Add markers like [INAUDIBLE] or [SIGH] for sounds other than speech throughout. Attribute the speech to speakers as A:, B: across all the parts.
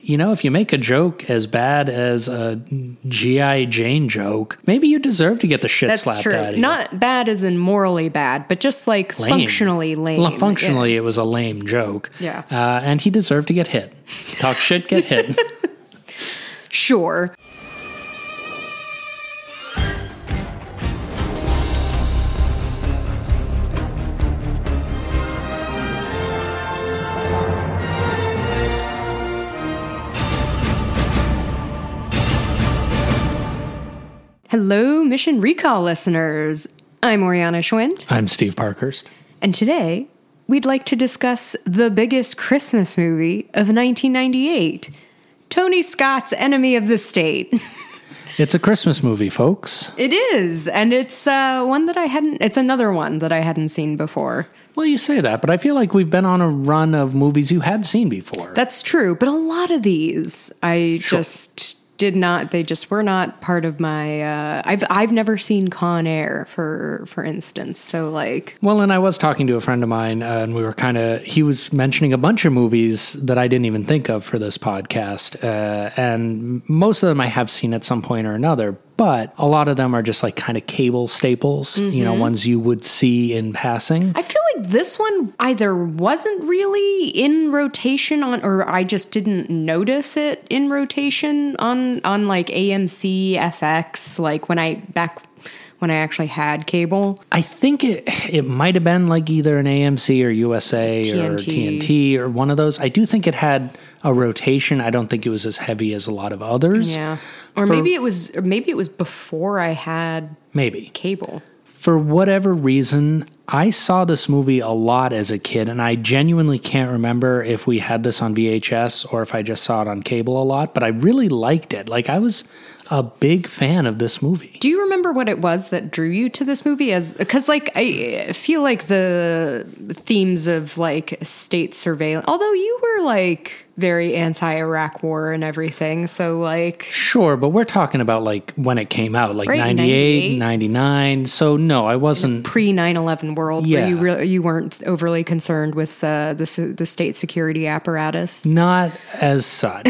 A: you know, if you make a joke as bad as a G.I. Jane joke, maybe you deserve to get the shit
B: That's
A: slapped
B: true.
A: out of you.
B: Not bad as in morally bad, but just like
A: Lame.
B: functionally lame.
A: Well, functionally, it was a lame joke.
B: Yeah.
A: Uh, and he deserved to get hit. Talk shit,
B: [LAUGHS]
A: get hit.
B: Yeah. Sure. Hello, Mission Recall listeners. I'm Oriana Schwint.
A: I'm Steve Parkhurst.
B: And today, we'd like to discuss the biggest Christmas movie of 1998 Tony Scott's Enemy of the State.
A: It's a Christmas movie, folks.
B: It is, and it's uh, one that I hadn't, it's another one that I hadn't seen before.
A: Well, you say that, but I feel like we've been on a run of movies you had seen before.
B: That's true, but a lot of these I just did not they just were not part of my uh I've I've never seen Con Air for for instance. So like
A: well, and I was talking to a friend of mine, uh, and we were kind of, he was mentioning a bunch of movies that I didn't even think of for this podcast. Uh, and most of them I have seen at some point or another, but a lot of them are just like kind of cable staples, you know, ones you would see in passing.
B: I feel like this one either wasn't really in rotation on, or I just didn't notice it in rotation on on like AMC FX, like when I back when I actually had cable.
A: I think it it might have been like either an AMC or USA or
B: TNT.
A: TNT or one of those. I do think it had a rotation. I don't think it was as heavy as a lot of others.
B: Yeah, or maybe it was, or maybe it was before I had
A: Maybe.
B: cable.
A: For whatever reason, I saw this movie a lot as a kid and I genuinely can't remember if we had this on VHS or if I just saw it on cable a lot, but I really liked it. Like I was a big fan of this movie.
B: Do you remember what it was that drew you to this movie? As because, like, I feel like the themes of like state surveillance. Although you were like very anti-Iraq war and everything, so like,
A: Sure, but we're talking about like when it came out, like
B: Right,
A: ninety eight,
B: 98.
A: ninety nine. 98, 99. So no, I wasn't
B: pre 9-11 world where you
A: Yeah.
B: really you weren't overly concerned with uh, the se- the state security apparatus.
A: Not as such.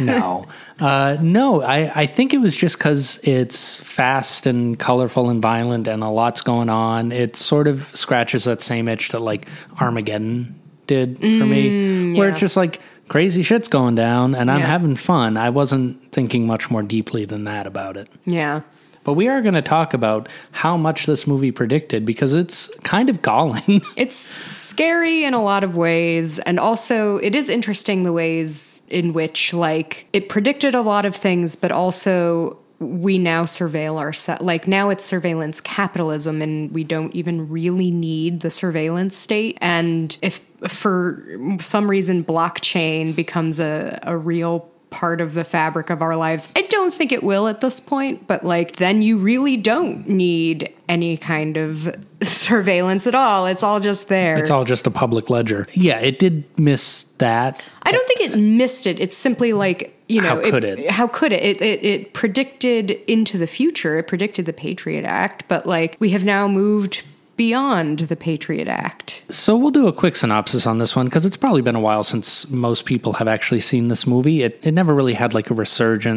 A: no. Uh, no, I, I think it was just because it's fast and colorful and violent and a lot's going on. It sort of scratches that same itch that like Armageddon did for me, where it's just like crazy shit's going down and I'm
B: Yeah.
A: having fun. I wasn't thinking much more deeply than that about it.
B: Yeah.
A: But we are going to talk about how much this movie predicted because it's kind of galling. [LAUGHS]
B: It's scary in a lot of ways and also it is interesting the ways in which like it predicted a lot of things but also we now surveil ourselves like now it's surveillance capitalism and we don't even really need the surveillance state and if for some reason blockchain becomes a, a real part of the fabric of our lives. I don't think it will at this point, but like then you really don't need any kind of [LAUGHS] surveillance at all. It's all just there.
A: it's all just a public ledger. Yeah, it did miss that.
B: I don't think it missed it. It's simply like you know,
A: How could it?
B: How could it? It, it? it predicted into the future. It predicted the Patriot Act, but like we have now moved beyond the Patriot Act.
A: So we'll do a quick synopsis on this one because it's probably been a while since most people have actually seen this movie. It it never really had like a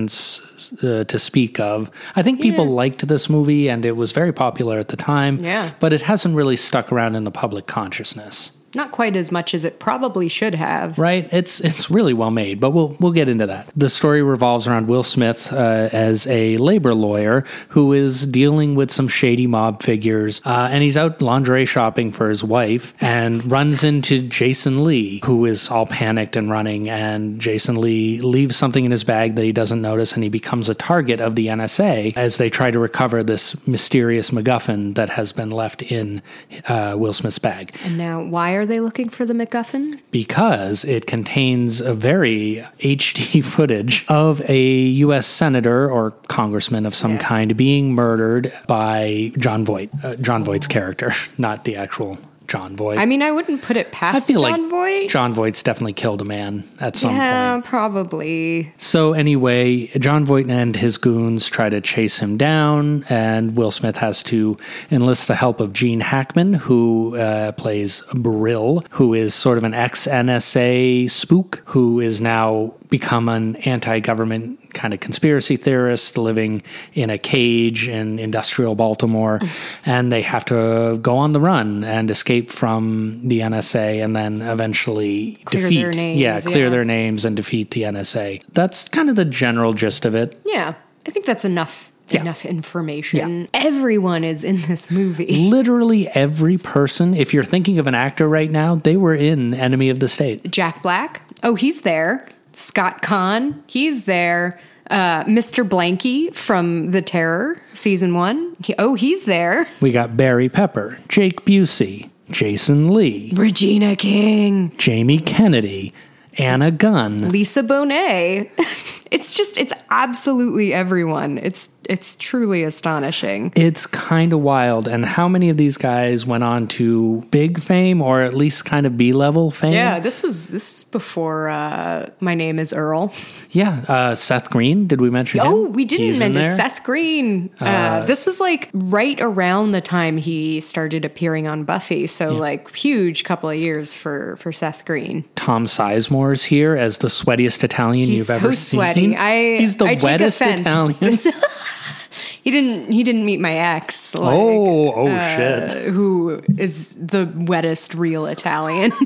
A: resurgence uh, to speak of. I think people liked this movie and it was very popular at the time.
B: Yeah.
A: but it hasn't really stuck around in the public consciousness,
B: Not quite as much as it probably should have.
A: right? It's it's really well made, but we'll we'll get into that. The story revolves around Will Smith uh, as a labor lawyer who is dealing with some shady mob figures, uh, and he's out lingerie shopping for his wife and runs into Jason Lee, who is all panicked and running. And Jason Lee leaves something in his bag that he doesn't notice, and he becomes a target of the NSA as they try to recover this mysterious MacGuffin that has been left in uh, Will Smith's bag
B: And now, why are they looking for the MacGuffin?
A: because it contains a very HD [LAUGHS] footage of a U.S. senator or congressman of some
B: Yeah.
A: kind being murdered by John Voight, uh, John Voight's
B: Oh.
A: character, [LAUGHS] not the actual John Voight.
B: I mean, I wouldn't put it past John Voight.
A: John Voight's definitely killed a man at some point.
B: yeah, probably.
A: So anyway, John Voight and his goons try to chase him down, and Will Smith has to enlist the help of Gene Hackman, who uh, plays Brill, who is sort of an ex NSA spook who is now become an anti government kind of conspiracy theorist living in a cage in industrial
B: [LAUGHS]
A: Baltimore. and they have to go on the run and escape from the NSA and then eventually
B: Clear
A: defeat.
B: their names,
A: yeah, clear
B: yeah.
A: their names and defeat the NSA. That's kind of the general gist of it.
B: Yeah, I think that's enough.
A: Yeah.
B: Enough information. Everyone is in this movie.
A: Literally every person, if you're thinking of an actor right now, they were in Enemy of the State.
B: Jack Black. Oh, he's there. Scott Kahn. He's there. Uh, Mr. Blanky from The Terror season one. He, oh, he's there.
A: We got Barry Pepper, Jake Busey, Jason Lee,
B: Regina King.
A: Jamie Kennedy, Anna Gunn.
B: Lisa Bonet. [LAUGHS] it's just it's absolutely everyone. It's it's truly astonishing.
A: It's kind of wild. And how many of these guys went on to big fame or at least kind of B level fame?
B: Yeah, this was this was before uh, my name is Earl.
A: Yeah. Uh, Seth Green, did we mention him?
B: Oh, we didn't
A: He's in
B: mention
A: there.
B: Seth Green. Uh, this was like right around the time he started appearing on Buffy, so like huge couple of years for for Seth Green.
A: Tom Sizemore's here as the sweatiest Italian
B: He's
A: you've
B: so
A: ever seen.
B: sweaty. I
A: He's the
B: I take
A: wettest
B: offense.
A: Italian.
B: This- [LAUGHS] he didn't he didn't meet my ex.
A: [LAUGHS]
B: Like, uh,
A: oh, oh, shit.
B: who is the wettest real Italian. [LAUGHS]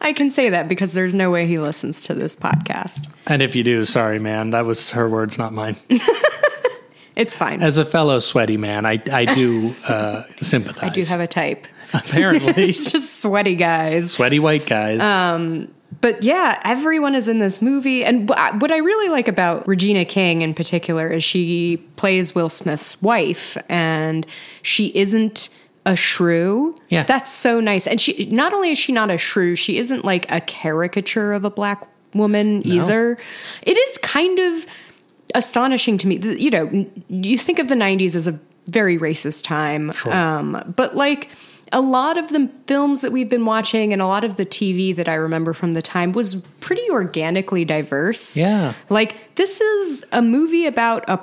B: I can say that because there's no way he listens to this podcast.
A: And if you do, sorry, man. That was her words, not mine. [LAUGHS]
B: It's fine.
A: As a fellow sweaty man, I, I do uh, sympathize. [LAUGHS]
B: [LAUGHS] I do have a type. [LAUGHS]
A: Apparently.
B: It's just sweaty guys.
A: sweaty white guys.
B: Uh, But yeah, everyone is in this movie. And wh- what I really like about Regina King in particular is she plays Will Smith's wife and she isn't a shrew.
A: Yeah.
B: That's so nice. And she not only is she not a shrew, she isn't like a caricature of a black woman either. It is kind of astonishing to me. Th- You know, n- you think of the 90s as a very racist time. Um, but like a lot of the films that we've been watching and a lot of the TV that I remember from the time was pretty organically diverse.
A: yeah.
B: Like, this is a movie about a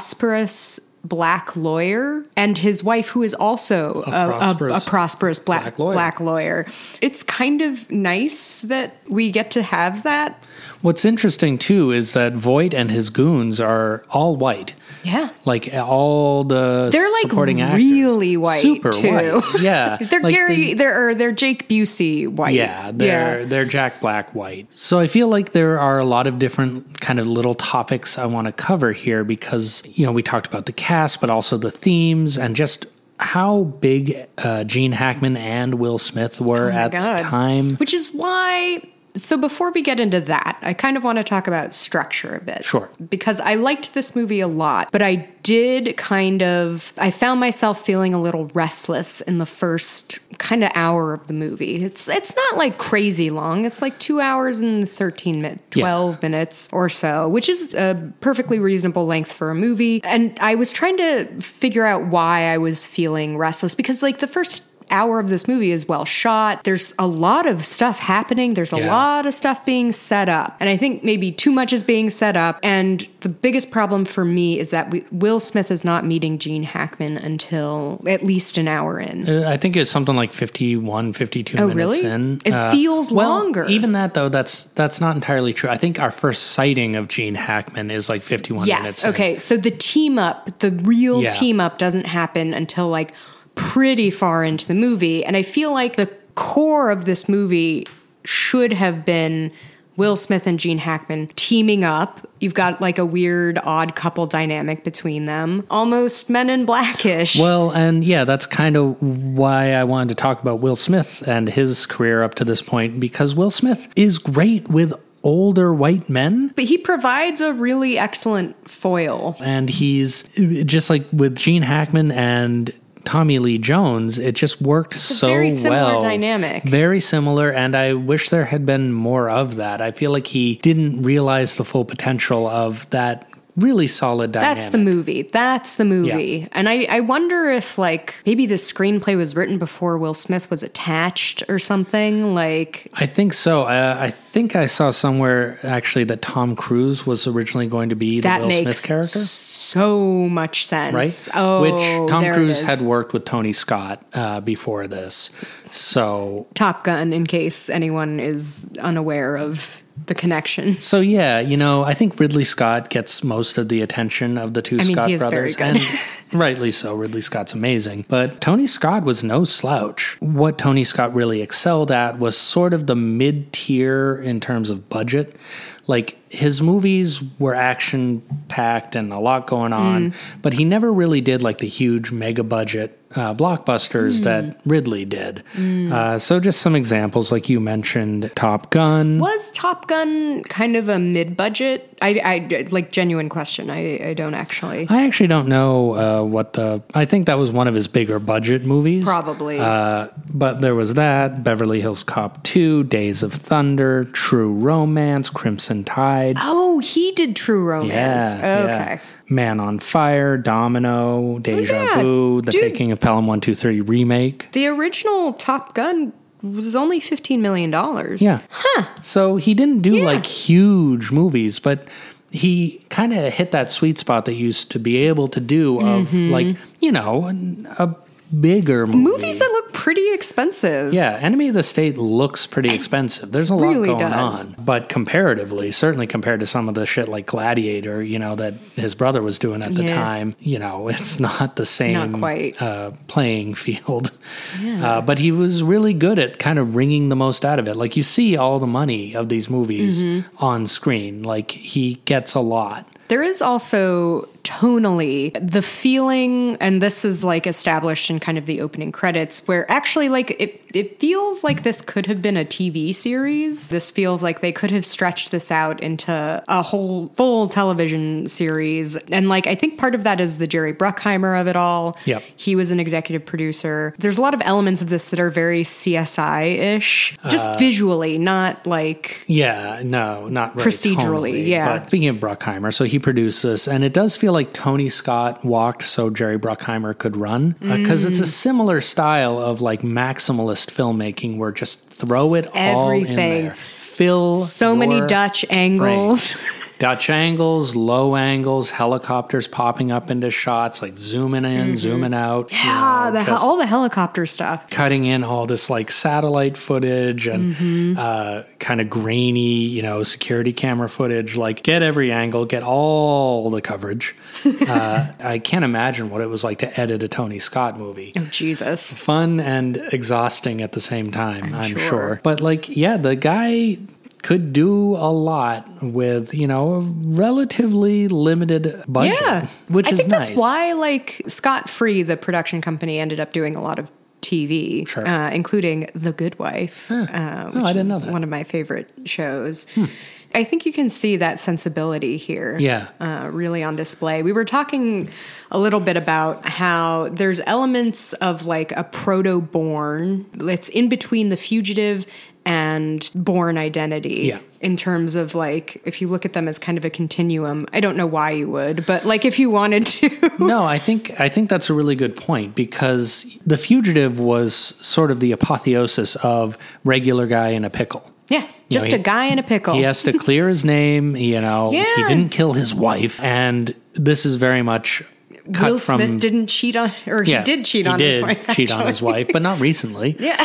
B: prosperous black lawyer and his wife, who is also a, a- a prosperous,
A: prosperous
B: black,
A: black
B: black,
A: lawyer.
B: lawyer. It's kind of nice that we get to have that.
A: What's interesting too is that Voight and his goons are all white.
B: Yeah.
A: Like all the
B: They're like
A: supporting actors.
B: really white,
A: super
B: too. [LAUGHS]
A: white. Yeah,
B: They're
A: Like,
B: Gary,
A: they-
B: they're, or they're Jake Busey white.
A: yeah, they're they're Jack Black white. So I feel like there are a lot of different kind of little topics I want to cover here because you know we talked about the cast, but also the themes and just how big uh, Gene Hackman and Will Smith were at the
B: Oh God.
A: time.
B: Which is why. So before we get into that, I kind of want to talk about structure a bit.
A: Sure.
B: Because I liked this movie a lot, but I did kind of. I found myself feeling a little restless in the first kind of hour of the movie. It's it's not like crazy long. It's like two hours and thirteen minutes,
A: Yeah.
B: twelve minutes or so, which is a perfectly reasonable length for a movie. And I was trying to figure out why I was feeling restless because like the first hour of this movie is well shot. There's a lot of stuff happening. There's a
A: Yeah.
B: lot of stuff being set up. And I think maybe too much is being set up. And the biggest problem for me is that we, Will Smith is not meeting Gene Hackman until at least an hour in.
A: Uh, I think it's something like 51, 52
B: Oh,
A: minutes
B: really?
A: in. Uh,
B: It feels
A: well,
B: longer.
A: Even that though, that's that's not entirely true. I think our first sighting of Gene Hackman is like fifty one minutes.
B: Yes.
A: in.
B: Okay. So the team up, the real
A: Yeah.
B: team up, doesn't happen until like pretty far into the movie. And I feel like the core of this movie should have been Will Smith and Gene Hackman teaming up. You've got like a weird, odd couple dynamic between them, almost men in blackish.
A: Well, and yeah, that's kind of why I wanted to talk about Will Smith and his career up to this point because Will Smith is great with older white men
B: But he provides a really excellent foil.
A: and he's just like with Gene Hackman and Tommy Lee Jones, it just worked so
B: very similar
A: well.
B: dynamic.
A: Very similar, and I wish there had been more of that. I feel like he didn't realize the full potential of that really solid dynamic.
B: That's the movie. That's the movie.
A: Yeah.
B: And I, I wonder if, like, maybe the screenplay was written before Will Smith was attached or something. Like,
A: I think so. Uh, I think I saw somewhere actually that Tom Cruise was originally going to be the
B: that
A: Will
B: makes
A: Smith character.
B: so much sense.
A: right?
B: Oh,
A: Which Tom
B: there it
A: Cruise
B: is.
A: had worked with Tony Scott uh, before this. So
B: Top Gun, in case anyone is unaware of the connection.
A: So yeah, you know, I think Ridley Scott gets most of the attention of the two
B: mean,
A: Scott
B: he is very
A: brothers,
B: good.
A: and
B: [LAUGHS]
A: rightly so. Ridley Scott's amazing, but Tony Scott was no slouch. What Tony Scott really excelled at was sort of the mid tier in terms of budget. Like his movies were action packed and a lot going
B: Mm.
A: on, but he never really did like the huge mega budget uh, blockbusters
B: Mm.
A: that Ridley did. Uh, so, just some examples, like you mentioned, Top Gun.
B: Was Top Gun kind of a mid-budget? I, I like genuine question. I, I don't actually.
A: I actually don't know uh, what the. I think that was one of his bigger budget movies.
B: Probably.
A: Uh, but there was that Beverly Hills Cop 2, Days of Thunder, True Romance, Crimson Tide.
B: oh, he did True Romance.
A: Yeah, yeah.
B: okay. Oh,
A: Man on Fire, Domino, Deja
B: yeah.
A: Vu, The
B: Dude.
A: Taking of Pelham 123 remake.
B: The original Top Gun was only fifteen million dollars.
A: Yeah. Huh. So he didn't do like huge movies, but he kind of hit that sweet spot that he used to be able to do of like, you know, an- a bigger movie.
B: Mm-hmm. Movies that look pretty expensive.
A: Yeah, Enemy of the State looks pretty expensive. There's a lot
B: really
A: going
B: does.
A: on, but comparatively, certainly compared to some of the shit like Gladiator, you know, that his brother was doing at the
B: Yeah.
A: time, you know, [LAUGHS] it's not the same
B: quite.
A: Uh, playing field. Uh, but he was really good at kind of wringing the most out of it. Like you see all the money of these movies
B: Mm-hmm.
A: on screen. Like he gets a lot.
B: There is also tonally the feeling, and this is like established in kind of the opening credits, where actually like it it feels like this could have been a TV series. This feels like they could have stretched this out into a whole full television series. And like I think part of that is the Jerry Bruckheimer of it all.
A: Yep.
B: He was an executive producer. There's a lot of elements of this that are very CSI-ish. Just
A: Uh,
B: visually, not like
A: Yeah, no, not really
B: Procedurally,
A: tonally,
B: yeah.
A: But speaking of Bruckheimer, so he produced this, and it does feel like Tony Scott walked so Jerry Bruckheimer could run because
B: Mm.
A: it's a similar style of like maximalist filmmaking where just throw it all in
B: Everything.
A: there, fill
B: so many
A: your
B: Dutch angles.
A: brain. [LAUGHS] Dutch angles, low angles, helicopters popping up into shots, like zooming in, zooming out. you
B: Mm-hmm. Yeah,
A: know,
B: ah, the hel-
A: just-
B: all the helicopter stuff.
A: cutting in all this like satellite footage and
B: Mm-hmm.
A: uh, kind of grainy, you know, security camera footage. Like, get every angle, get all the
B: [LAUGHS]
A: coverage. uh, I can't imagine what it was like to edit a Tony Scott movie.
B: Oh Jesus!
A: Fun and exhausting at the same time, I'm, sure.
B: sure.
A: But like, yeah, the guy could do a lot with you know a relatively limited budget
B: Yeah,
A: which
B: I
A: is
B: think
A: nice
B: that's why like Scott Free, the production company, ended up doing a lot of TV,
A: Sure. Oh,
B: uh, including The Good Wife, uh, which
A: I didn't
B: is
A: know that. Hmm.
B: one of my favorite shows. I think you can see that sensibility here.
A: Yeah.
B: uh, really on display. We were talking a little bit about how there's elements of like a proto born that's in between the fugitive and born identity.
A: Yeah.
B: In terms of like, if you look at them as kind of a continuum, I don't know why you would, but like if you wanted
A: [LAUGHS]
B: to.
A: no, I think I think that's a really good point because the fugitive was sort of the apotheosis of regular guy in a pickle.
B: yeah, [LAUGHS] just
A: he-
B: a guy in a pickle.
A: He has to clear his name, you know. He
B: Yeah.
A: didn't kill his wife, and this is very much cut
B: Will
A: from.
B: Smith didn't cheat on, or
A: yeah,
B: he did cheat on
A: did
B: his wife.
A: Cheat on his
B: actually.
A: wife, but not recently.
B: [LAUGHS]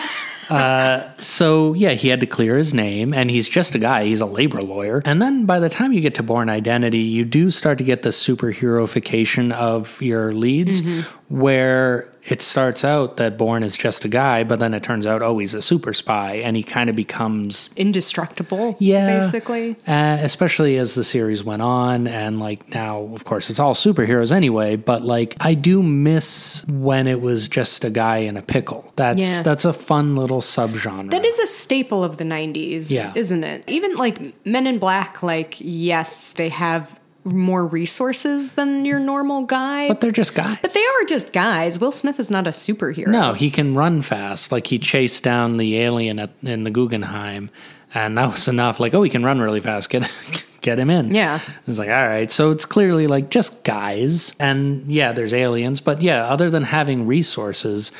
A: Uh,
B: Yeah.
A: So yeah, he had to clear his name, and he's just a guy. He's a labor lawyer. And then by the time you get to Born Identity, you do start to get the superheroification of your leads,
B: Mm-hmm.
A: where it starts out that Born is just a guy, but then it turns out oh he's a super spy, and he kind of becomes
B: Indestructible.
A: yeah,
B: Basically.
A: Uh, especially as the series went on, and like now, of course, it's all superheroes anyway. But like, I do miss when it was just a guy in a pickle. That's
B: Yeah.
A: that's a fun little subgenre.
B: That is a staple of the 90s,
A: Yeah.
B: isn't it? Even like Men in Black, like, yes, they have more resources than your normal guy,
A: but they're just guys.
B: but they are just guys. Will Smith is not a superhero.
A: No, he can run fast. Like he chased down the alien at, in the Guggenheim, and that was enough. Like, oh, he can run really fast. Get [LAUGHS] get him in.
B: Yeah.
A: It's like, all right. So it's clearly like just guys, and yeah, there's aliens, but yeah, other than having resources,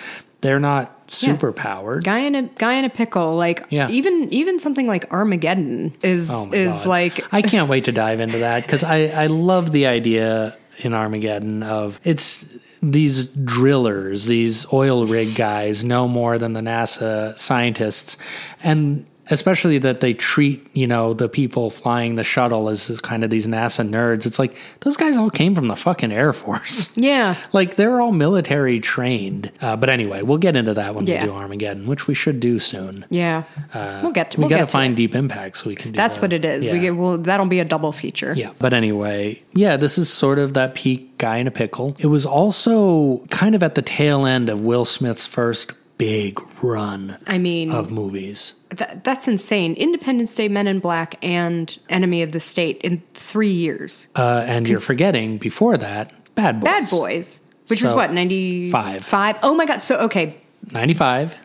A: they're not super powered.
B: Guy in a guy in a pickle, like
A: Yeah.
B: even even something like Armageddon is
A: Oh my
B: is
A: God.
B: like
A: I can't wait to dive into that because I I love the idea. in Armageddon of it's these drillers, these oil rig guys, no more than the NASA scientists, and especially that they treat you know the people flying the shuttle as as kind of these NASA nerds. It's like those guys all came from the fucking Air Force. [LAUGHS]
B: Yeah.
A: Like they're all military trained, uh, but anyway, we'll get into that when
B: Yeah.
A: we do Armageddon, which we should do soon. Uh,
B: Yeah. we'll get to
A: we
B: we'll
A: got
B: get
A: to
B: to
A: find
B: it.
A: Deep Impact so we can do.
B: That's
A: that.
B: what it is. We
A: Yeah.
B: get well that'll be a double feature.
A: Yeah. But anyway, yeah, this is sort of that peak guy in a pickle. It was also kind of at the tail end of Will Smith's first big run
B: I mean
A: of movies.
B: Th- that's insane. Independence Day, Men in Black, and Enemy of the State in three years.
A: Uh, and you're forgetting before that, Bad Boys.
B: Bad Boys, which was
A: So-
B: what, 95? Five. Oh my God. So, okay. [LAUGHS]
A: 95,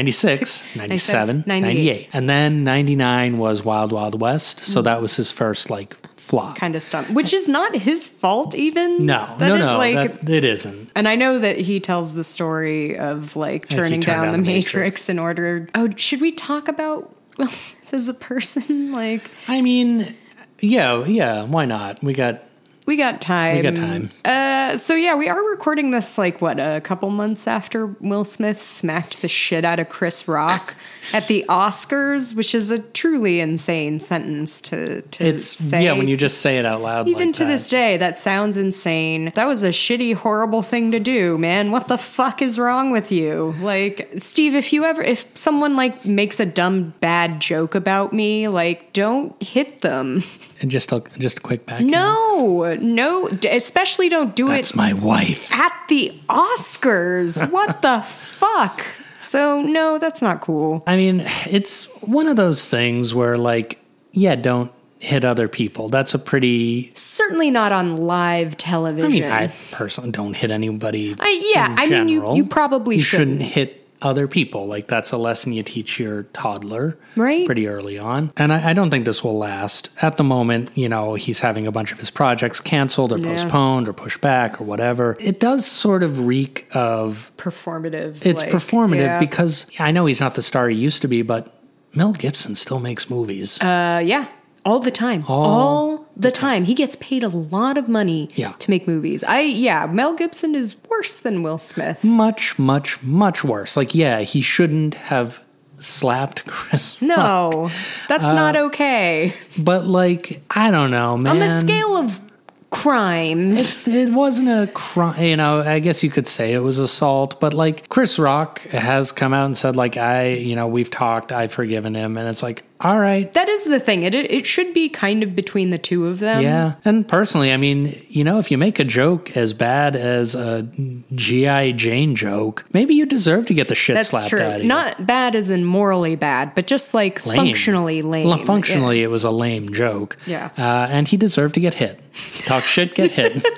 A: 96, 97,
B: 98.
A: 98. And then 99 was Wild Wild West. So that was his first like flop.
B: Mm-hmm. Kind of stumped, which is not his fault, even.
A: no,
B: That
A: no,
B: it,
A: no,
B: like-
A: that, it isn't.
B: and I know that he tells the story of like
A: he
B: turning
A: turned
B: down, the Matrix.
A: Matrix.
B: in order. Oh, should we talk about [LAUGHS] Will Smith as a person? [LAUGHS] Like,
A: I mean, yeah, yeah, why not? We got
B: we got time.
A: we got time.
B: Uh, so yeah, we are recording this like what a couple months after Will Smith smacked the shit out of Chris Rock at the Oscars, which is a truly insane sentence to to
A: It's
B: say.
A: yeah, when you just say it out loud
B: even
A: like
B: to
A: that.
B: this day, that sounds insane. That was a shitty, horrible thing to do, man. What the fuck is wrong with you? Like, Steve, if you ever, if someone like makes a dumb, bad joke about me, like, don't hit them. [LAUGHS]
A: And just a, just a quick back.
B: No, no, d- especially don't do it
A: That's my wife.
B: at the Oscars. What the fuck? So no, that's not cool.
A: I mean, it's one of those things where like, yeah, don't hit other people. That's a pretty
B: Certainly not on live television.
A: I mean, I personally don't hit anybody.
B: I- yeah,
A: in
B: I mean, you-
A: general.
B: you probably
A: You hit other people. Like that's a lesson you teach your toddler,
B: Right.
A: Pretty early on, and I, I don't think this will last. At the moment, you know, he's having a bunch of his projects canceled or postponed or pushed back or whatever. It does sort of reek of
B: performative.
A: it's
B: like,
A: performative
B: yeah.
A: because I know he's not the star he used to be, but Mel Gibson still makes movies.
B: uh, yeah, all the time, all, the time. He gets paid a lot of money
A: Yeah.
B: to make movies. I yeah, Mel Gibson is worse than Will Smith.
A: much, much, much worse. Like, yeah, he shouldn't have slapped [LAUGHS] Chris. Rock.
B: No, that's
A: Uh,
B: not okay.
A: but like, I don't know, man.
B: On the scale of crimes,
A: It's, it wasn't a crime, you know. I guess you could say it was assault, but like Chris Rock has come out and said, like I, you know, we've talked, I've forgiven him, and it's like, all right,
B: that is the thing. It, it it should be kind of between the two of them.
A: Yeah. Um, And personally, I mean, you know, if you make a joke as bad as a G.I. Jane joke, maybe you deserve to get the shit
B: That's
A: slapped
B: true.
A: out of you.
B: Not bad as in morally bad, but just like
A: Lame.
B: functionally lame.
A: Well, functionally, it was a lame joke.
B: Yeah.
A: Uh, and he deserved to get hit. Talk shit, get hit.
B: [LAUGHS] Yeah.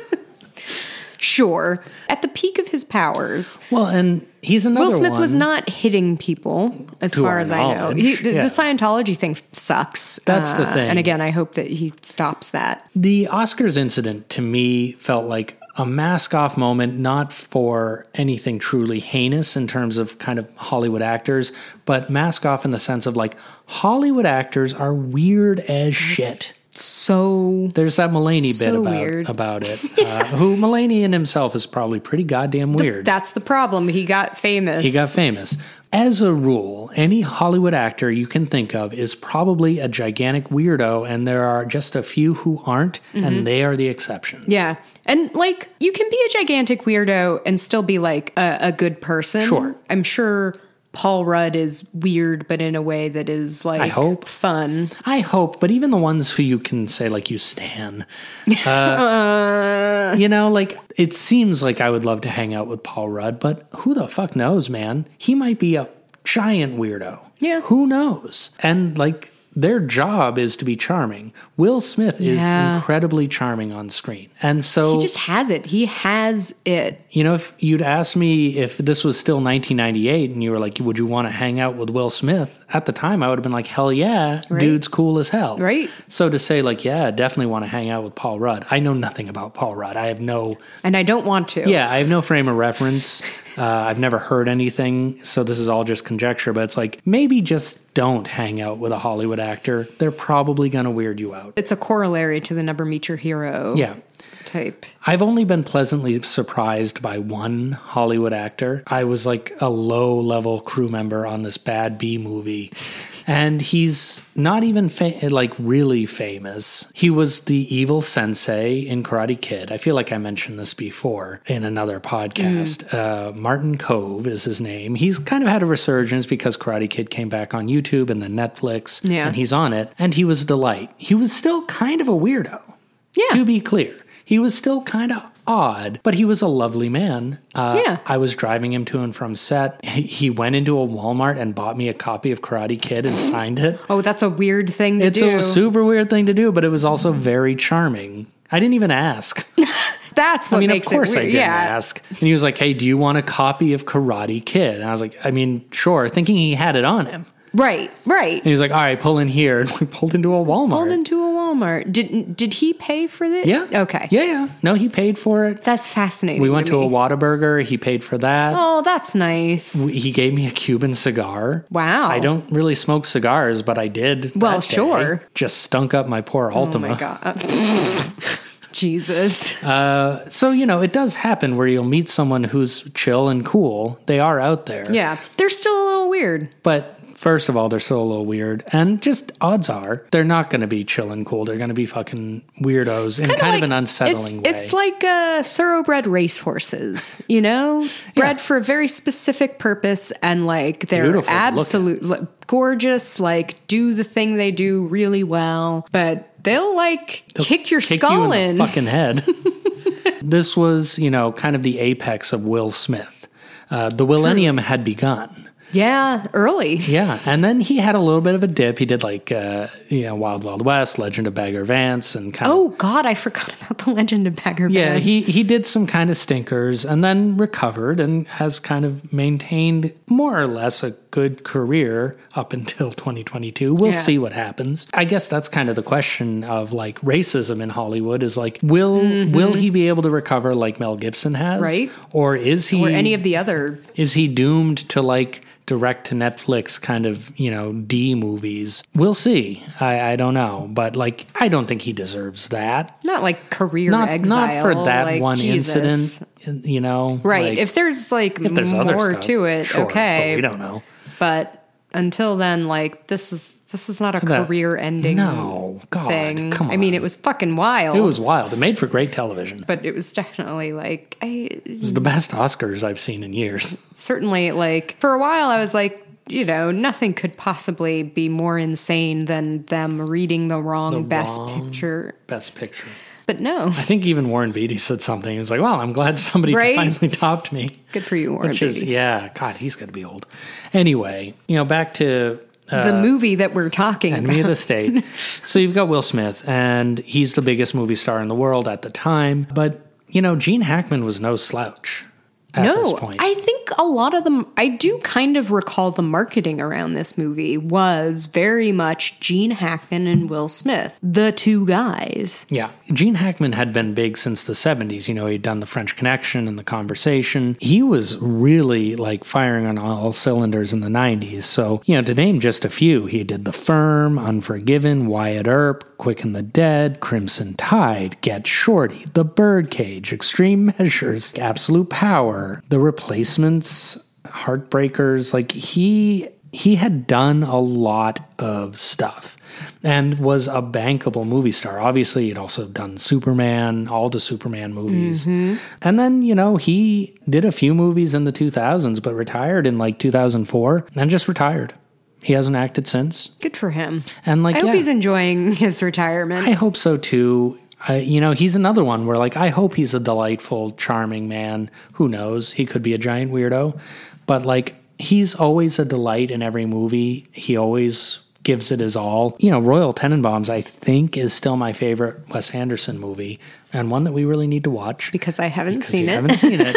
B: Sure. At the peak of his powers,
A: Well, and he's another
B: Will Smith
A: one.
B: was not hitting people, as
A: To
B: far
A: our
B: as I know.
A: knowledge,
B: He, the,
A: yeah.
B: the Scientology thing sucks. uh,
A: That's the thing.
B: And again, I hope that he stops that.
A: The Oscars incident to me felt like a mask off moment, not for anything truly heinous in terms of kind of Hollywood actors, but mask off in the sense of like Hollywood actors are weird as shit.
B: So
A: There's that Mulaney bit
B: So
A: about
B: weird.
A: about it, uh, who Mulaney in himself is probably pretty goddamn weird.
B: that's the problem. He got famous.
A: he got famous. As a rule, any Hollywood actor you can think of is probably a gigantic weirdo, and there are just a few who aren't,
B: Mm-hmm.
A: and they are the exceptions.
B: Yeah. And like you can be a gigantic weirdo and still be like a, a good person.
A: Sure.
B: I'm sure Paul Rudd is weird, but in a way that is like
A: I hope.
B: fun.
A: I hope, but even the ones who you can say like you stan,
B: [LAUGHS]
A: uh, you know, like it seems like I would love to hang out with Paul Rudd, but who the fuck knows, man? He might be a giant weirdo.
B: Yeah.
A: who knows? And like their job is to be charming. Will Smith
B: Yeah.
A: is incredibly charming on screen, and so
B: He just has it. He has it.
A: you know, if you'd asked me if this was still 1998 and you were like, would you want to hang out with Will Smith? At the time, I would have been like, hell yeah, dude's cool as hell.
B: Right.
A: So to say, like, yeah, I definitely want to hang out with Paul Rudd. I know nothing about Paul Rudd. I have no,
B: And I don't want to.
A: yeah, I have no frame of reference. Uh, I've never heard anything. So this is all just conjecture, but it's like, maybe just don't hang out with a Hollywood actor, they're probably going to weird you out.
B: It's a corollary to the Never Meet Your Hero
A: Yeah.
B: type.
A: I've only been pleasantly surprised by one Hollywood actor. I was like a low level crew member on this bad B movie. And he's not even fa- like really famous. He was the evil sensei in Karate Kid. I feel like I mentioned this before in another podcast. Uh, Martin Cove is his name. He's kind of had a resurgence because Karate Kid came back on YouTube and then Netflix.
B: Yeah.
A: And he's on it. And he was a delight. He was still kind of a weirdo.
B: Yeah.
A: To be clear, he was still kind of odd, but he was a lovely man. Uh,
B: Yeah.
A: I was driving him to and from set. He- He went into a Walmart and bought me a copy of Karate Kid and signed
B: [LAUGHS]
A: it.
B: Oh, that's a weird thing to
A: It's
B: do.
A: a super weird thing to do, but it was also very charming. I didn't even
B: [LAUGHS]
A: ask.
B: that's what
A: I mean, of
B: makes
A: course
B: it
A: I
B: weird.
A: didn't
B: yeah.
A: ask. And he was like, "Hey, do you want a copy of Karate Kid?" And I was like, "I mean, sure." Thinking he had it on him,
B: Right, right.
A: and he was like, "All right, pull in here." [LAUGHS] And we pulled into a Walmart.
B: Pulled into a Walmart. Did did he pay for this?
A: yeah.
B: Okay.
A: Yeah, yeah. No, he paid for it.
B: That's fascinating.
A: We went to,
B: me.
A: a Whataburger. He paid for that.
B: Oh, that's nice.
A: He gave me a Cuban cigar.
B: Wow.
A: I don't really smoke cigars, but I did.
B: Well,
A: that day.
B: sure.
A: Just stunk up my poor
B: Oh
A: Ultima.
B: my god. [LAUGHS]
A: [LAUGHS]
B: Jesus.
A: So, you know, it does happen where you'll meet someone who's chill and cool. They are out there.
B: yeah. They're still a little weird.
A: But first of all, they're still a little weird. And just odds are they're not going to be chill and cool. They're going to be fucking weirdos in kind
B: Kinda
A: of an
B: like-
A: unsettling
B: it's,
A: way.
B: It's like uh, thoroughbred racehorses,
A: [LAUGHS]
B: you know, bred for a very specific purpose, and like they're
A: Beautiful to look at.
B: absolute li- gorgeous. Like do the thing they do really well, but they'll like kick your
A: kick
B: skull
A: you in,
B: in.
A: the fucking
B: [LAUGHS]
A: head. [LAUGHS] this was, you know, kind of the apex of Will Smith. Uh, the millennium had begun.
B: yeah, early.
A: Yeah, and then he had a little bit of a dip. He did like, uh, you know, Wild Wild West, Legend of Bagger Vance, and kind of.
B: Oh God, I forgot about the Legend of Bagger
A: Yeah,
B: Vance.
A: he, he did some kind of stinkers and then recovered and has kind of maintained more or less a good career up until [LAUGHS] 2022. We'll
B: Yeah.
A: see what happens. I guess that's kind of the question of like racism in Hollywood is like will will he be able to recover like Mel Gibson has?
B: Mm-hmm. Right.
A: Or is he
B: or any of the other.
A: is he doomed to like direct to Netflix kind of, you know, D movies? We'll see. I, I don't know. But like I don't think he deserves that
B: Not like career
A: not
B: exile,
A: not for that
B: like,
A: one
B: Jesus.
A: incident, you know.
B: right?
A: like,
B: if there's like
A: there's
B: more
A: other stuff,
B: to it,
A: sure,
B: okay.
A: But we don't know.
B: but until then like this is this is not a
A: That-
B: career ending
A: No, God,
B: thing
A: come on.
B: i mean it was fucking wild
A: It was wild. It made for great television. It
B: but it was definitely like i
A: was the best Oscars I've seen in years. [LAUGHS]
B: certainly like for a while i was like you know nothing could possibly be more insane than them reading the wrong best
A: wrong-
B: picture
A: Best picture.
B: but no
A: I think even Warren Beatty said something. He was like, "Well, I'm glad somebody
B: Right?
A: finally topped me."
B: good for you Warren
A: Which is,
B: Beatty.
A: yeah, God, he's got to be old. Anyway, you know, back to
B: the
A: uh,
B: movie that we're talking about
A: Enemy of the State. So you've got Will Smith, and he's the biggest movie star in the world at the time. But you know, Gene Hackman was no slouch at this
B: No,
A: point.
B: I think a lot of them, I do kind of recall the marketing around this movie was very much Gene Hackman and Will Smith, the two guys.
A: yeah, Gene Hackman had been big since the '70s. You know, he'd done The French Connection and The Conversation. He was really like firing on all cylinders in the '90s. So you know, to name just a few, he did The Firm, Unforgiven, Wyatt Earp, Quick and the Dead, Crimson Tide, Get Shorty, The Birdcage, Extreme Measures, Absolute Power, The Replacements, Heartbreakers. Like he he had done a lot of stuff and was a bankable movie star. Obviously, he'd also done Superman, all the Superman movies.
B: Mm-hmm.
A: And then, you know, he did a few movies in the 2000s, but retired in like 2004 and just retired. He hasn't acted since.
B: Good for him.
A: And like,
B: I
A: yeah.
B: hope he's enjoying [LAUGHS] his retirement.
A: I hope so too. I, you know, he's another one where, like, I hope he's a delightful, charming man. Who knows? He could be a giant weirdo. But, like, he's always a delight in every movie. He always gives it his all. You know, Royal Tenenbaums, I think, is still my favorite Wes Anderson movie and one that we really need to watch
B: because I haven't
A: because
B: seen
A: you
B: it.
A: haven't seen
B: [LAUGHS]
A: it.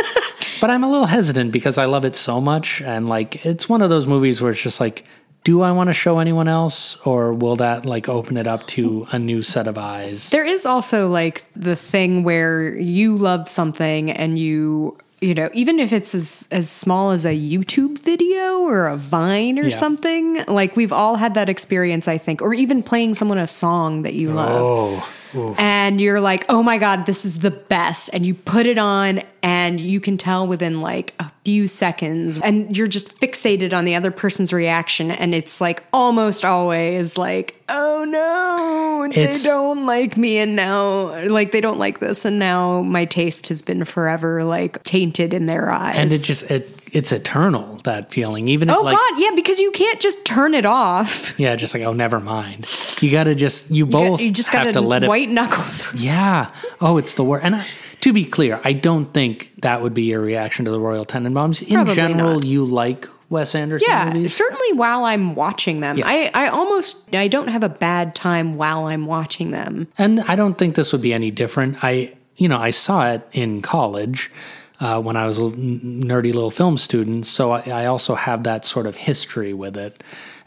A: but I'm a little hesitant because I love it so much, and like it's one of those movies where it's just like, do I want to show anyone else, or will that like open it up to a new set of eyes?
B: There is also like the thing where you love something and you you know, even if it's as, as small as a YouTube video or a Vine or
A: Yeah.
B: something, like we've all had that experience, I think, or even playing someone a song that you love.
A: Oh,
B: And you're like, oh my God, this is the best. And you put it on, and you can tell within like a few seconds, and you're just fixated on the other person's reaction. And it's like almost always like, oh no,
A: It's-
B: they don't like me. And now, like, they don't like this. And now my taste has been forever like tainted in their eyes.
A: and it just it it's eternal that feeling. Even if
B: oh
A: like
B: God, yeah, because you can't just turn it off.
A: yeah, just like oh, never mind. You got to just you both
B: you just
A: have
B: gotta
A: to let it
B: white knuckle [LAUGHS] through.
A: Yeah. Oh, it's the worst. And I, to be clear, I don't think that would be your reaction to the Royal Tenenbaums. In
B: Probably
A: general,
B: not.
A: you like Wes Anderson
B: Yeah,
A: movies.
B: certainly while I'm watching them.
A: Yeah.
B: I, I almost I don't have a bad time while I'm watching them.
A: And I don't think this would be any different. I, you know, I saw it in college uh, when I was a l- nerdy little film student. So I, I also have that sort of history with it.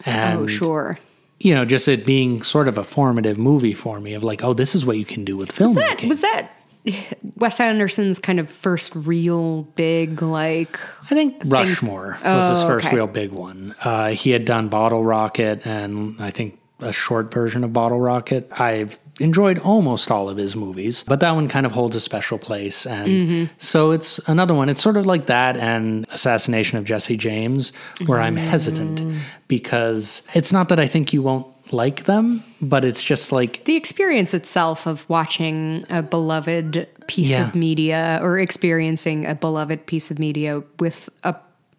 A: And,
B: Oh, sure.
A: you know, just it being sort of a formative movie for me of like, oh, this is what you can do with filmmaking.
B: That was that Wes Anderson's kind of first real big like
A: I think Rushmore was his
B: Oh,
A: first
B: okay.
A: real big one. Uh, he had done Bottle Rocket and I think a short version of Bottle Rocket. I've enjoyed almost all of his movies, but that one kind of holds a special place. And
B: Mm-hmm.
A: so it's another one. It's sort of like that and Assassination of Jesse James, where I'm hesitant
B: Mm.
A: because it's not that I think you won't like them, but it's just like
B: the experience itself of watching a beloved piece
A: Yeah.
B: of media or experiencing a beloved piece of media with a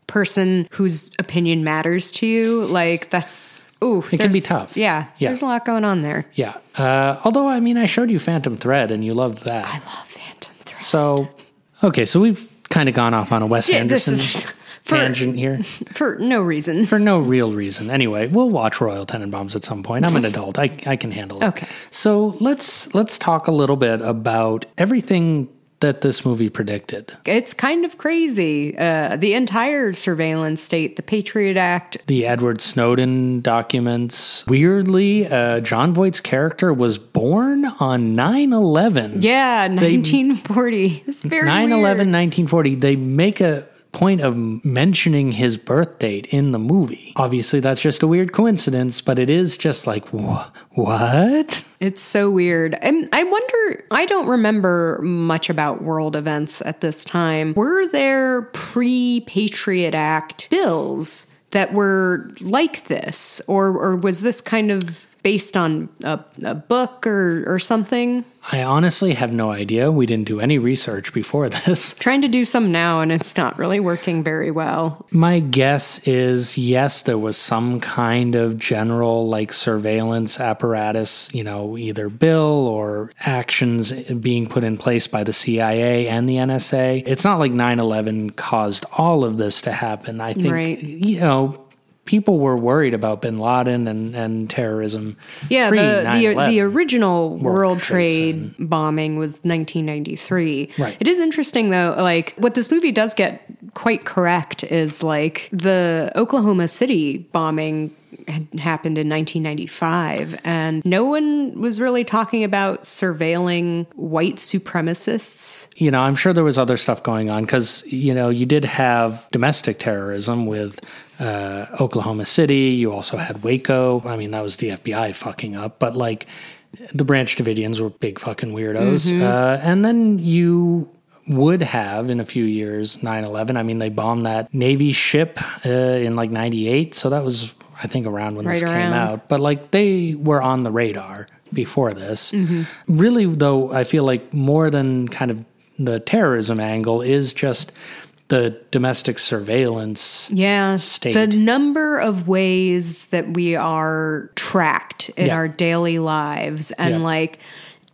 B: person whose opinion matters to you. Like that's ooh, it
A: can be tough.
B: Yeah,
A: Yeah.
B: there's a lot going on there.
A: yeah. Uh, although I mean, I showed you Phantom Thread and you loved that.
B: I love Phantom Thread.
A: So, okay, so we've kind of gone off on a Wes
B: Yeah, this
A: Anderson
B: is- [LAUGHS] for-
A: tangent here
B: for no
A: [LAUGHS]
B: reason.
A: for no real reason. Anyway, we'll watch Royal Tenenbaums at some point.
B: [LAUGHS]
A: I'm an adult; I, I can handle it.
B: Okay.
A: So let's let's talk a little bit about everything that this movie predicted.
B: It's kind of crazy. Uh, the entire surveillance state, the Patriot Act.
A: The Edward Snowden documents. Weirdly, uh, John Voight's character was born on 9 11.
B: Yeah, 1940. It's very
A: 9
B: weird.
A: 11, 1940, they make a point of mentioning his birth date in the movie. Obviously, that's just a weird coincidence, but it is just like, wha- what?
B: It's so weird. And I wonder, I don't remember much about world events at this time. Were there pre Patriot Act bills that were like this? Or, or was this kind of based on a, a book or, or something?
A: I honestly have no idea. We didn't do any research before [LAUGHS] this.
B: Trying to do some now, and it's not really working very well.
A: My guess is yes, there was some kind of general like surveillance apparatus, you know, either bill or actions being put in place by the CIA and the NSA. It's not like 9 11 caused all of this to happen. I think,
B: Right.
A: you know, people were worried about bin Laden and, and terrorism.
B: Yeah,
A: pre-
B: the, the,
A: 9/11.
B: the original World,
A: Trade
B: Trade bombing was 1993.
A: Right.
B: It is interesting though, like what this movie does get quite correct is like the Oklahoma City bombing had happened in 1995 and no one was really talking about surveilling white supremacists.
A: you know, I'm sure there was other stuff going on because, you know, you did have domestic terrorism with uh, Oklahoma City. You also had Waco. I mean, that was the FBI fucking up, but like the Branch Davidians were big fucking weirdos.
B: Mm-hmm.
A: Uh, and then you would have in a few years 9 11. I mean, they bombed that Navy ship uh, in like 98. So that was, I think, around when this
B: Right
A: came
B: around.
A: out out, but like they were on the radar before this. Really, though, I feel like more than kind of the terrorism angle is just the domestic surveillance.
B: Yeah,
A: State.
B: the number of ways that we are tracked in
A: Yeah.
B: our daily lives, and
A: Yeah.
B: like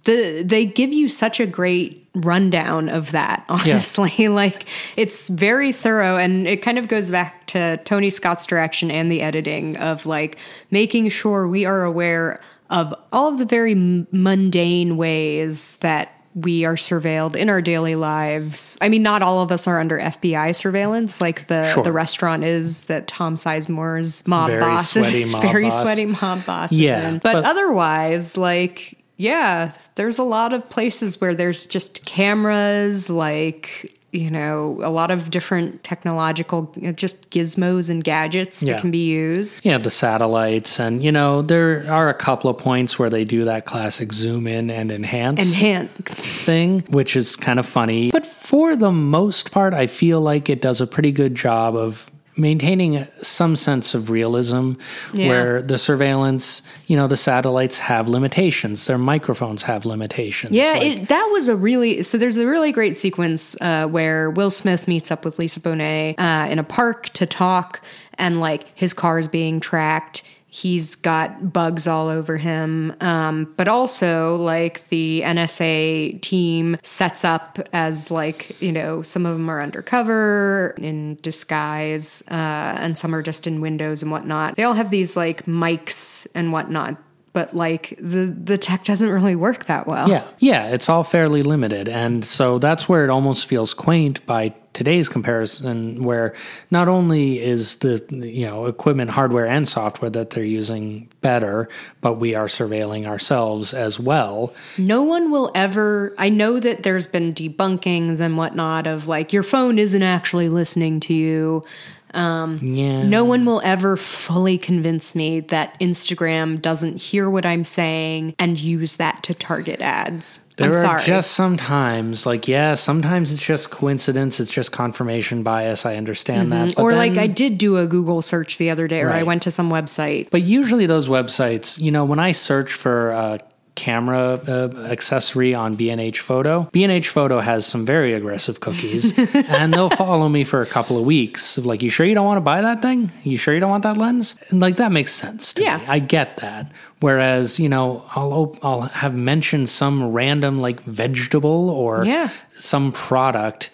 B: the they give you such a great rundown of that. [LAUGHS] Honestly, like it's very thorough, and it kind of goes back to Tony Scott's direction and the editing of like making sure we are aware of all of the very m- mundane ways that. We are surveilled in our daily lives. I mean, not all of us are under FBI surveillance, like the
A: Sure.
B: the restaurant is that Tom Sizemore's mob
A: Very
B: boss is [LAUGHS]
A: sweaty mob
B: very
A: boss.
B: sweaty mob boss.
A: Yeah,
B: is in. But,
A: but-
B: otherwise, like yeah, there's a lot of places where there's just cameras, like you know, a lot of different technological just gizmos and gadgets
A: Yeah.
B: that can be used.
A: Yeah, the satellites, and you know there are a couple of points where they do that classic zoom in and enhance
B: Enhance.
A: thing, which is kind of funny. But for the most part, I feel like it does a pretty good job of maintaining some sense of realism
B: Yeah.
A: where the surveillance, you know, the satellites have limitations, their microphones have limitations.
B: Yeah,
A: Like,
B: it, that was a really so. There's a really great sequence uh, where Will Smith meets up with Lisa Bonet uh, in a park to talk, and like his car is being tracked. He's got bugs all over him, um, but also like the NSA team sets up as like you know some of them are undercover in disguise, uh, and some are just in windows and whatnot. They all have these like mics and whatnot. But like the the tech doesn't really work that well.
A: Yeah, yeah, it's all fairly limited. And so that's where it almost feels quaint by today's comparison, where not only is the you know equipment, hardware, and software that they're using better, but we are surveilling ourselves as well.
B: No one will ever. I know that there's been debunkings and whatnot of like your phone isn't actually listening to you.
A: Yeah,
B: No one will ever fully convince me that Instagram doesn't hear what I'm saying and use that to target ads.
A: There
B: I'm
A: are
B: sorry.
A: just sometimes, like yeah, sometimes it's just coincidence, it's just confirmation bias. I understand that, but
B: Mm-hmm. or
A: then-
B: like I did do a Google search the other day, or I
A: Right.
B: went to some website.
A: But usually those websites, you know, when I search for a camera uh, accessory on BNH Photo, BNH Photo has some very aggressive
B: [LAUGHS]
A: cookies and they'll follow me for a couple of weeks. Of Like, you sure you don't want to buy that thing? You sure you don't want that lens? And like that makes sense to
B: Yeah.
A: me. I get that. Whereas, you know, I'll op- I'll have mentioned some random like vegetable or
B: Yeah.
A: some product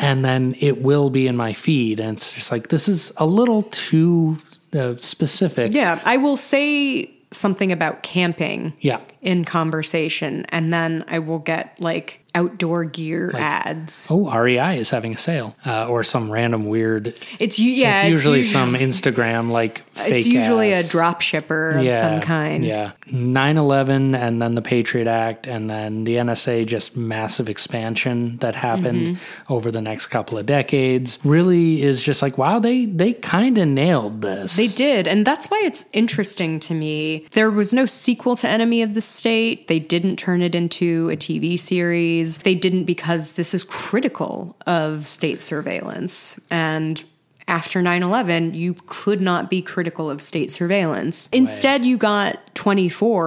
A: and then it will be in my feed and it's just like this is a little too uh, specific
B: Yeah, I will say something about camping.
A: yeah.
B: In conversation, and then I will get like outdoor gear ads.
A: Oh, REI is having a sale, uh, or some random weird.
B: It's u- yeah,
A: it's usually some Instagram like fake.
B: [LAUGHS] it's usually
A: ass-
B: a drop shipper of
A: Yeah,
B: some kind.
A: Yeah, 9/11, and then the Patriot Act, and then the NSA just massive expansion that happened
B: Mm-hmm.
A: over the next couple of decades. Really is just like wow, they they kind of nailed this.
B: They did, and that's why it's interesting to me. There was no sequel to Enemy of the State. They didn't turn it into a TV series. They didn't because this is critical of state surveillance and after 9-11 you could not be critical of state surveillance instead you got 24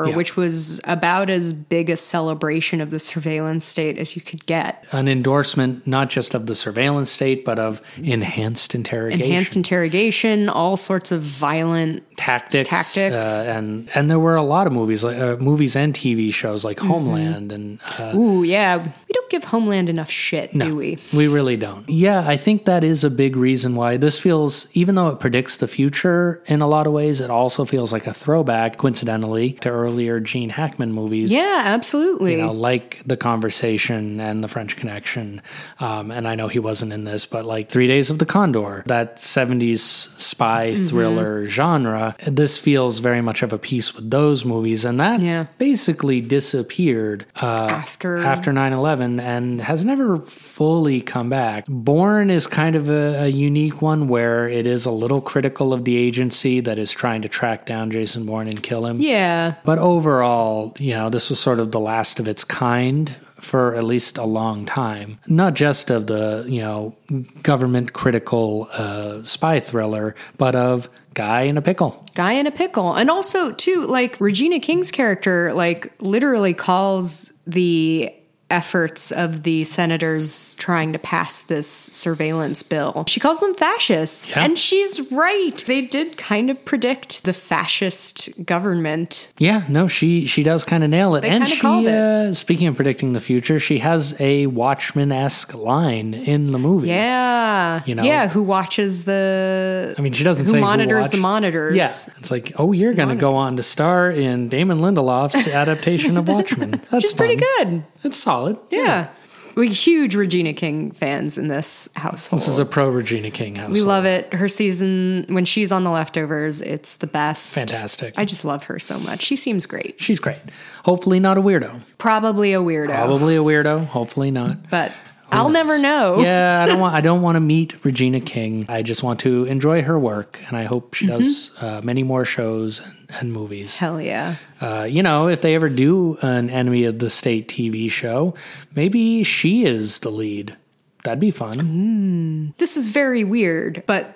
A: Yeah.
B: which was about as big a celebration of the surveillance state as you could get
A: an endorsement not just of the surveillance state, but of enhanced interrogation.
B: enhanced interrogation all sorts of violent
A: tactics,
B: Tactics.
A: uh, and and there were a lot of movies, like uh, movies and TV shows, like Homeland, and uh,
B: Ooh, yeah. We don't give Homeland enough shit, do we?
A: we really don't. Yeah, I think that is a big reason why this feels, even though it predicts the future in a lot of ways, it also feels like a throwback, coincidentally, to earlier Gene Hackman movies.
B: Yeah, absolutely.
A: You know, like the conversation and the French Connection, um, and I know he wasn't in this, but like Three Days of the Condor, that '70s spy
B: Mm-hmm.
A: thriller genre. This feels very much of a piece with those movies, and that
B: Yeah.
A: basically disappeared uh,
B: after,
A: after 9-11 and has never fully come back born is kind of a, a unique one where it is a little critical of the agency that is trying to track down jason bourne and kill him
B: Yeah.
A: but overall you know this was sort of the last of its kind for at least a long time not just of the you know government critical uh, spy thriller but of guy in a pickle
B: Guy in a pickle. And also, too, like Regina King's character, like, literally calls the efforts of the senators trying to pass this surveillance bill. She calls them fascists.
A: Yeah.
B: And she's right. They did kind of predict the fascist government.
A: Yeah, no, she she does kind of nail it. and
B: kinda
A: she,
B: called it.
A: Uh, speaking of predicting the future, she has a Watchmen esque line in the movie.
B: Yeah.
A: You know?
B: Yeah, who watches the
A: I mean, she doesn't
B: who
A: say
B: monitors
A: watched-
B: the monitors.
A: Yeah, it's like, oh, you're going to go on to star in Damon Lindelof's adaptation of Watchmen. That's
B: [LAUGHS] Which is pretty
A: fun.
B: good.
A: It's solid.
B: Yeah. We're huge Regina King fans in this household.
A: This is a pro Regina King house.
B: we love it. Her season, when she's on The Leftovers, it's the best.
A: Fantastic.
B: I just love her so much. She seems great.
A: She's great. Hopefully not a weirdo.
B: Probably a weirdo,
A: Probably a weirdo. Hopefully not.
B: but
A: Who
B: I'll
A: knows?
B: never know.
A: yeah, I don't want. I don't
B: [LAUGHS]
A: want to meet Regina King. I just want to enjoy her work, and I hope she does
B: Mm-hmm.
A: uh, many more shows and, and movies.
B: Hell yeah.
A: Uh, you know, if they ever do an Enemy of the State TV show, maybe she is the lead. That'd be fun.
B: This is very weird, but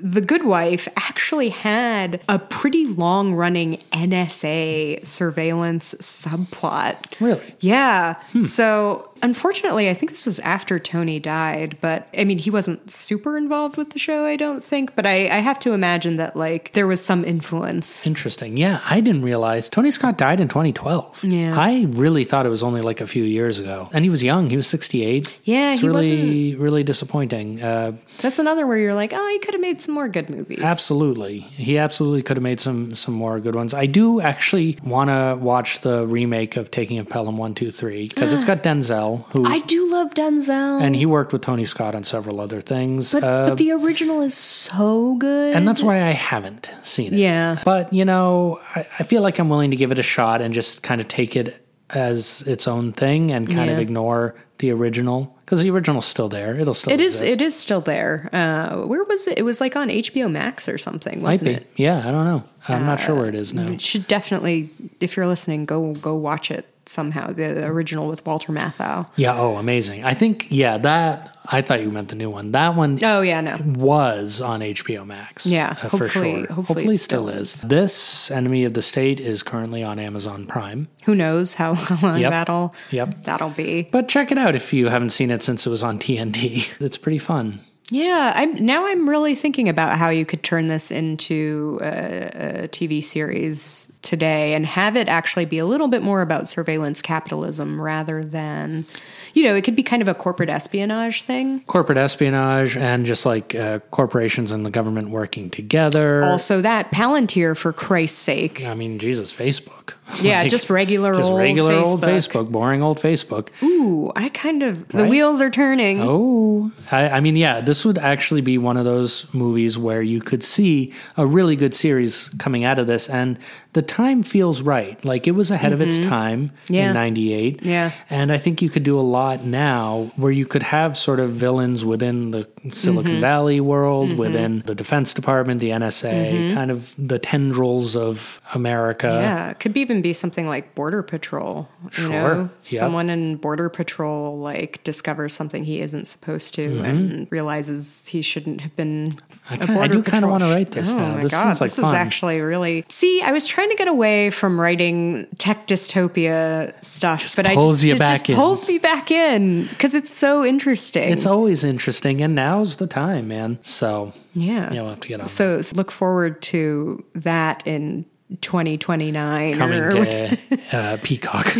B: The Good Wife actually had a pretty long running NSA surveillance subplot.
A: Really?
B: Yeah.
A: Hmm.
B: So, unfortunately, I think this was after Tony died, but I mean, he wasn't super involved with the show, I don't think, but I, I have to imagine that, like, there was some influence.
A: Interesting. Yeah, I didn't realize Tony Scott died in 2012.
B: Yeah.
A: I really thought it was only like a few years ago. And he was young. He was 68.
B: Yeah,
A: it's
B: he
A: really, really disappointing. Uh,
B: That's another where you're like, oh, he could have made some more good movies.
A: absolutely, he absolutely could have made some some more good ones. I do actually want to watch the remake of Taking of Pelham One Two Three because it's got Denzel, who
B: Ah. I do love Denzel.
A: and he worked with Tony Scott on several other things.
B: but,
A: uh,
B: but the original is so good.
A: and that's why I haven't seen it.
B: Yeah.
A: But, you know, I, I feel like I'm willing to give it a shot and just kind of take it as its own thing and kind of
B: Yeah.
A: ignore the original because the original's still there. It'll still
B: It is.
A: exist.
B: It is still there. Uh, where was it? It was like on HBO Max or something,
A: might
B: wasn't
A: be.
B: it? Uh,
A: Yeah, I don't know. I'm not sure where it is now.
B: It should definitely, if you're listening, go go watch it somehow. The original with Walter Matthau.
A: Yeah. Oh, amazing. I think, yeah, that, I thought you meant the new one. That one
B: Oh yeah, no.
A: was on HBO Max.
B: Yeah,
A: uh, for sure.
B: hopefully- hopefully
A: hopefully
B: it
A: still
B: still
A: is. This Enemy of the State is currently on Amazon Prime.
B: Who knows how [LAUGHS] long
A: Yep.
B: that'll
A: Yep.
B: that'll be?
A: But check it out if you haven't seen it since it was on TNT. [LAUGHS] It's pretty fun.
B: Yeah, I'm now. I'm really thinking about how you could turn this into a, a TV series today and have it actually be a little bit more about surveillance capitalism rather than, you know, it could be kind of a corporate espionage thing.
A: corporate espionage and just like uh, corporations and the government working together.
B: Also, that Palantir, for Christ's sake.
A: I mean, Jesus, Facebook.
B: Yeah,
A: Like,
B: just
A: [LAUGHS]
B: regular
A: just
B: old
A: regular
B: Facebook.
A: old Facebook, boring old Facebook.
B: Ooh, I kind of the
A: Right?
B: wheels are turning.
A: Oh, I, I mean, yeah, this would actually be one of those movies where you could see a really good series coming out of this, and the time feels right. Like it was ahead of its time
B: Mm-hmm. Yeah.
A: in '98.
B: Yeah.
A: and I think you could do a lot now where you could have sort of villains within the
B: Mm-hmm.
A: Silicon Valley world, within the Defense Department, the NSA, kind of the tendrils of America.
B: Mm-hmm. Yeah, it could be even be something like Border Patrol. You
A: Sure,
B: know,
A: yeah.
B: someone in Border Patrol like discovers something he isn't supposed to and realizes he shouldn't have been.
A: Mm-hmm. I
B: a
A: kinda- I
B: Border
A: do kinda
B: Patrol
A: wanna
B: sh-
A: write this
B: Oh
A: now.
B: my
A: This
B: god,
A: seems like
B: this
A: fun.
B: is actually really. See, I was trying to get away from writing tech dystopia stuff, but I
A: pulls
B: just,
A: you
B: it
A: back
B: just
A: in.
B: pulls me back in because it's so interesting.
A: It's always interesting, and now's the time, man. So
B: yeah.
A: yeah, we'll have to get on.
B: So, so look forward to that in 2029
A: coming
B: or,
A: to
B: [LAUGHS]
A: uh, Peacock.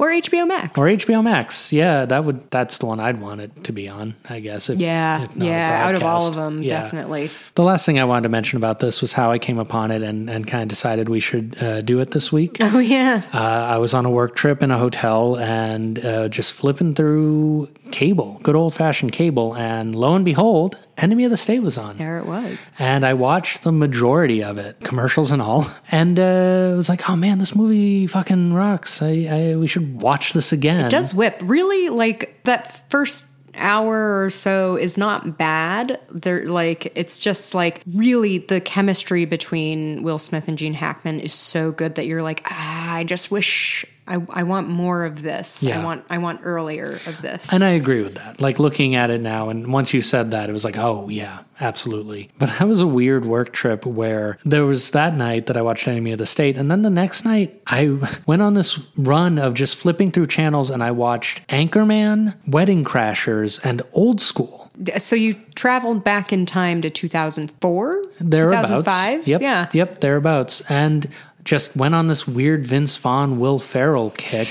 B: or HBO Max.
A: or HBO Max. Yeah, that would that's the one I'd want it to be on, I guess. If,
B: yeah,
A: if not a
B: yeah, out of all
A: broadcast.
B: of them,
A: Yeah.
B: definitely. [LAUGHS]
A: The last thing I wanted to mention about this was how I came upon it and, and kind of decided we should uh, do it this
B: [LAUGHS]
A: week.
B: Oh yeah.
A: Uh, I was on a work trip in a hotel and uh, just flipping through cable, good old fashioned cable, and lo and behold, Enemy of the State was on.
B: there it was.
A: And I watched the majority of it, commercials and all. And uh, it was like, oh man, this movie fucking rocks. I, I we should watch this again. It
B: Does whip really like that first hour or so is not bad. They're like it's just like really the chemistry between Will Smith and Gene Hackman is so good that you're like, ah, I just wish I, I want more of this.
A: Yeah.
B: I want I want earlier of this.
A: And I agree with that. Like looking at it now, and once you said that, it was like, oh, yeah, absolutely. But that was a weird work trip where there was that night that I watched Enemy of the State. And then the next night, I [LAUGHS] went on this run of just flipping through channels and I watched Anchorman, Wedding Crashers, and Old School.
B: So you traveled back in time to 2004,
A: Thereabouts.
B: 2005.
A: Yep.
B: Yeah.
A: Yep. Thereabouts. And just went on this weird Vince Vaughn, Will Ferrell kick.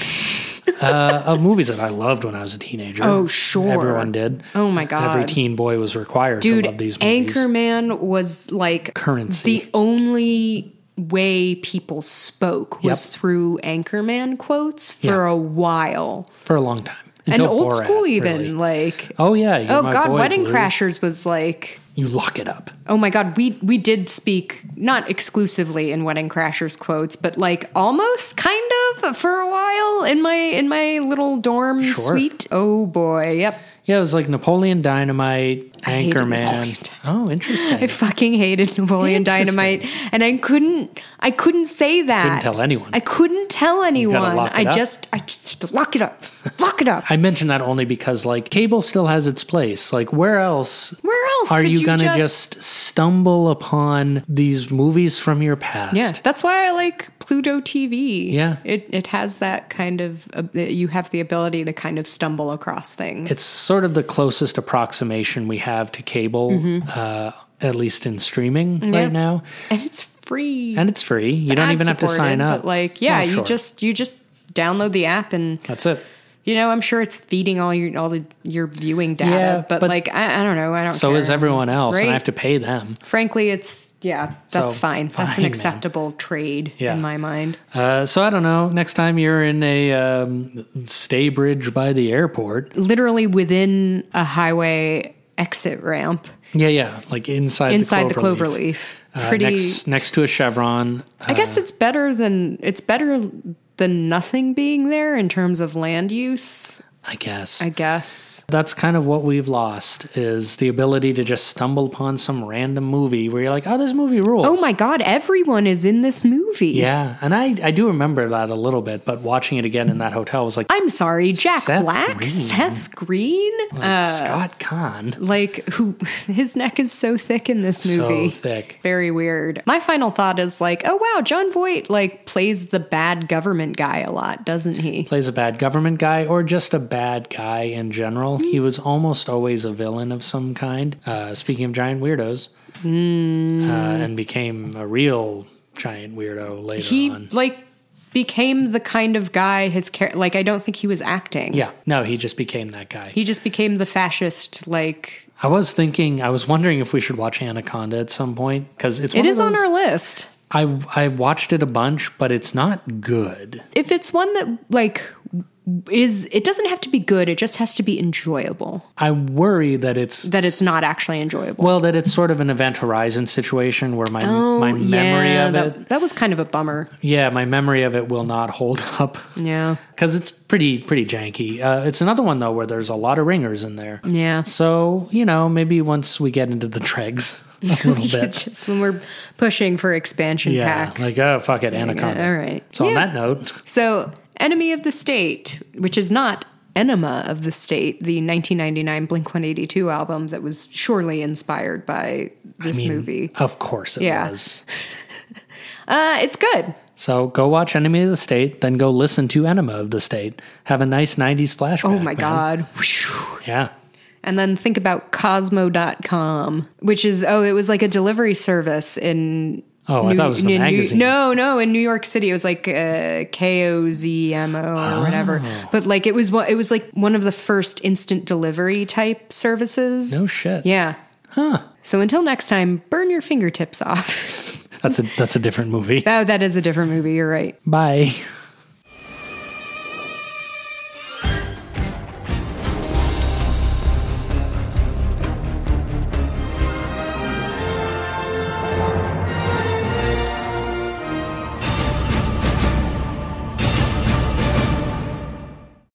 B: [LAUGHS]
A: uh, of movies that I loved when I was a teenager.
B: Oh, sure.
A: Everyone did.
B: Oh my god.
A: Every teen boy was required
B: Dude,
A: to love these movies.
B: Anchorman was like
A: Currency.
B: The only way people spoke was
A: Yep.
B: through Anchorman quotes for
A: Yeah.
B: a while.
A: for a long time.
B: And
A: Until
B: old
A: Borat,
B: school even
A: really.
B: like
A: Oh yeah. You're
B: Oh
A: my
B: god,
A: boy,
B: Wedding
A: Blue.
B: Crashers was like
A: You lock it up.
B: Oh my god, we we did speak not exclusively in Wedding Crashers quotes, but like almost kind of yeah, for a while in my in my little dorm
A: Sure.
B: suite. Oh boy, yep.
A: Yeah, it was like Napoleon Dynamite,
B: hated
A: Anchorman. Oh, interesting.
B: I fucking hated Napoleon
A: Interesting.
B: Dynamite, and I couldn't. I couldn't say that.
A: Couldn't tell anyone.
B: I couldn't tell anyone.
A: lock it
B: I
A: up.
B: just, I just lock it up, lock it
A: [LAUGHS]
B: up.
A: I mention that only because like cable still has its place. Like where else
B: Where else
A: are
B: could
A: you,
B: you
A: gonna
B: just-
A: just... stumble upon these movies from your past?
B: Yeah, that's why I like Pluto TV.
A: Yeah.
B: it it has that kind of. Uh, you have the ability to kind of stumble across things.
A: It's sort of the closest approximation we have to cable,
B: Mm-hmm.
A: uh, at least in streaming right now.
B: and it's free.
A: And it's free. you don't even have to sign
B: ad-supported,
A: up.
B: But like, yeah,
A: Well,
B: you
A: sure.
B: just you just download the app and
A: That's it.
B: you know i'm sure it's feeding all your all the, your viewing data
A: Yeah,
B: but,
A: but-
B: like I, I don't know i don't
A: So
B: care.
A: is everyone else, and
B: Right.
A: I have to pay them.
B: frankly it's yeah that's
A: So,
B: fine. that's
A: fine,
B: an
A: man.
B: acceptable trade
A: Yeah.
B: in my mind
A: Uh, so I don't know. Next time you're in a um, stay bridge by the airport,
B: literally within a highway exit ramp
A: yeah, yeah, like inside
B: inside the
A: cloverleaf.
B: cloverleaf
A: Uh,
B: pretty
A: next, uh, next to a chevron.
B: i guess it's better than it's better than nothing being there in terms of land use
A: I guess
B: i guess
A: that's kind of what we've lost is the ability to just stumble upon some random movie where you're like, "Oh, this movie rules."
B: oh my god everyone is in this movie
A: Yeah, and I I do remember that a little bit, but watching it again in that hotel was like
B: i'm sorry jack
A: Seth
B: black
A: Green.
B: seth green
A: Scott Kahn,
B: like who [LAUGHS] his neck is so thick in this
A: so
B: movie
A: thick.
B: very weird my final thought is like oh wow john voight like plays the bad government guy a lot doesn't he
A: Plays a bad government guy or just a bad guy in general.
B: Mm.
A: He was almost always a villain of some kind. Uh, speaking of giant weirdos,
B: Mm.
A: uh, and became a real giant weirdo later
B: he
A: on.
B: like became the kind of guy his char- like i don't think he was acting
A: Yeah, no, he just became that guy.
B: he just became the fascist like
A: I was thinking, I was wondering if we should watch Anaconda at some point because it's
B: it
A: one
B: is
A: of
B: on
A: those-
B: our list
A: I I watched it a bunch, but it's not good.
B: if it's one that like is it doesn't have to be good it just has to be enjoyable
A: I worry that it's
B: that it's not actually enjoyable
A: well that it's sort of an event horizon situation where my my memory
B: Oh, yeah,
A: of
B: that,
A: it
B: that was kind of a bummer
A: yeah my memory of it will not hold [LAUGHS] up
B: yeah
A: because it's pretty pretty janky. Uh, it's another one though where there's a lot of ringers in there.
B: yeah
A: So you know maybe once we get into the dregs [LAUGHS] a
B: [LAUGHS]
A: little bit.
B: just when we're pushing for expansion
A: Yeah,
B: pack.
A: like oh fuck it, Anaconda.
B: All right.
A: So on
B: Yeah.
A: that note,
B: So, Enemy of the State, which is not Enema of the State, the 1999 Blink 182 album that was surely inspired by this
A: I mean,
B: movie.
A: Of course it
B: Yeah.
A: was.
B: Uh, it's good.
A: So go watch Enemy of the State, then go listen to Enema of the State. Have a nice 90s flashback.
B: Oh my
A: man.
B: God. Whew.
A: Yeah.
B: And then think about Cosmo.com, which is, oh, it was like a delivery service in.
A: Oh, I
B: New-
A: thought it was the
B: in New-
A: magazine.
B: no, no, in New York City, it was like uh, K O Z M O
A: Oh.
B: or whatever. But like it was, one- it was like one of the first instant delivery type services.
A: No shit.
B: Yeah.
A: Huh.
B: So until next time, burn your fingertips off. [LAUGHS]
A: That's a that's a different movie.
B: oh, that is a different movie. You're right.
A: Bye.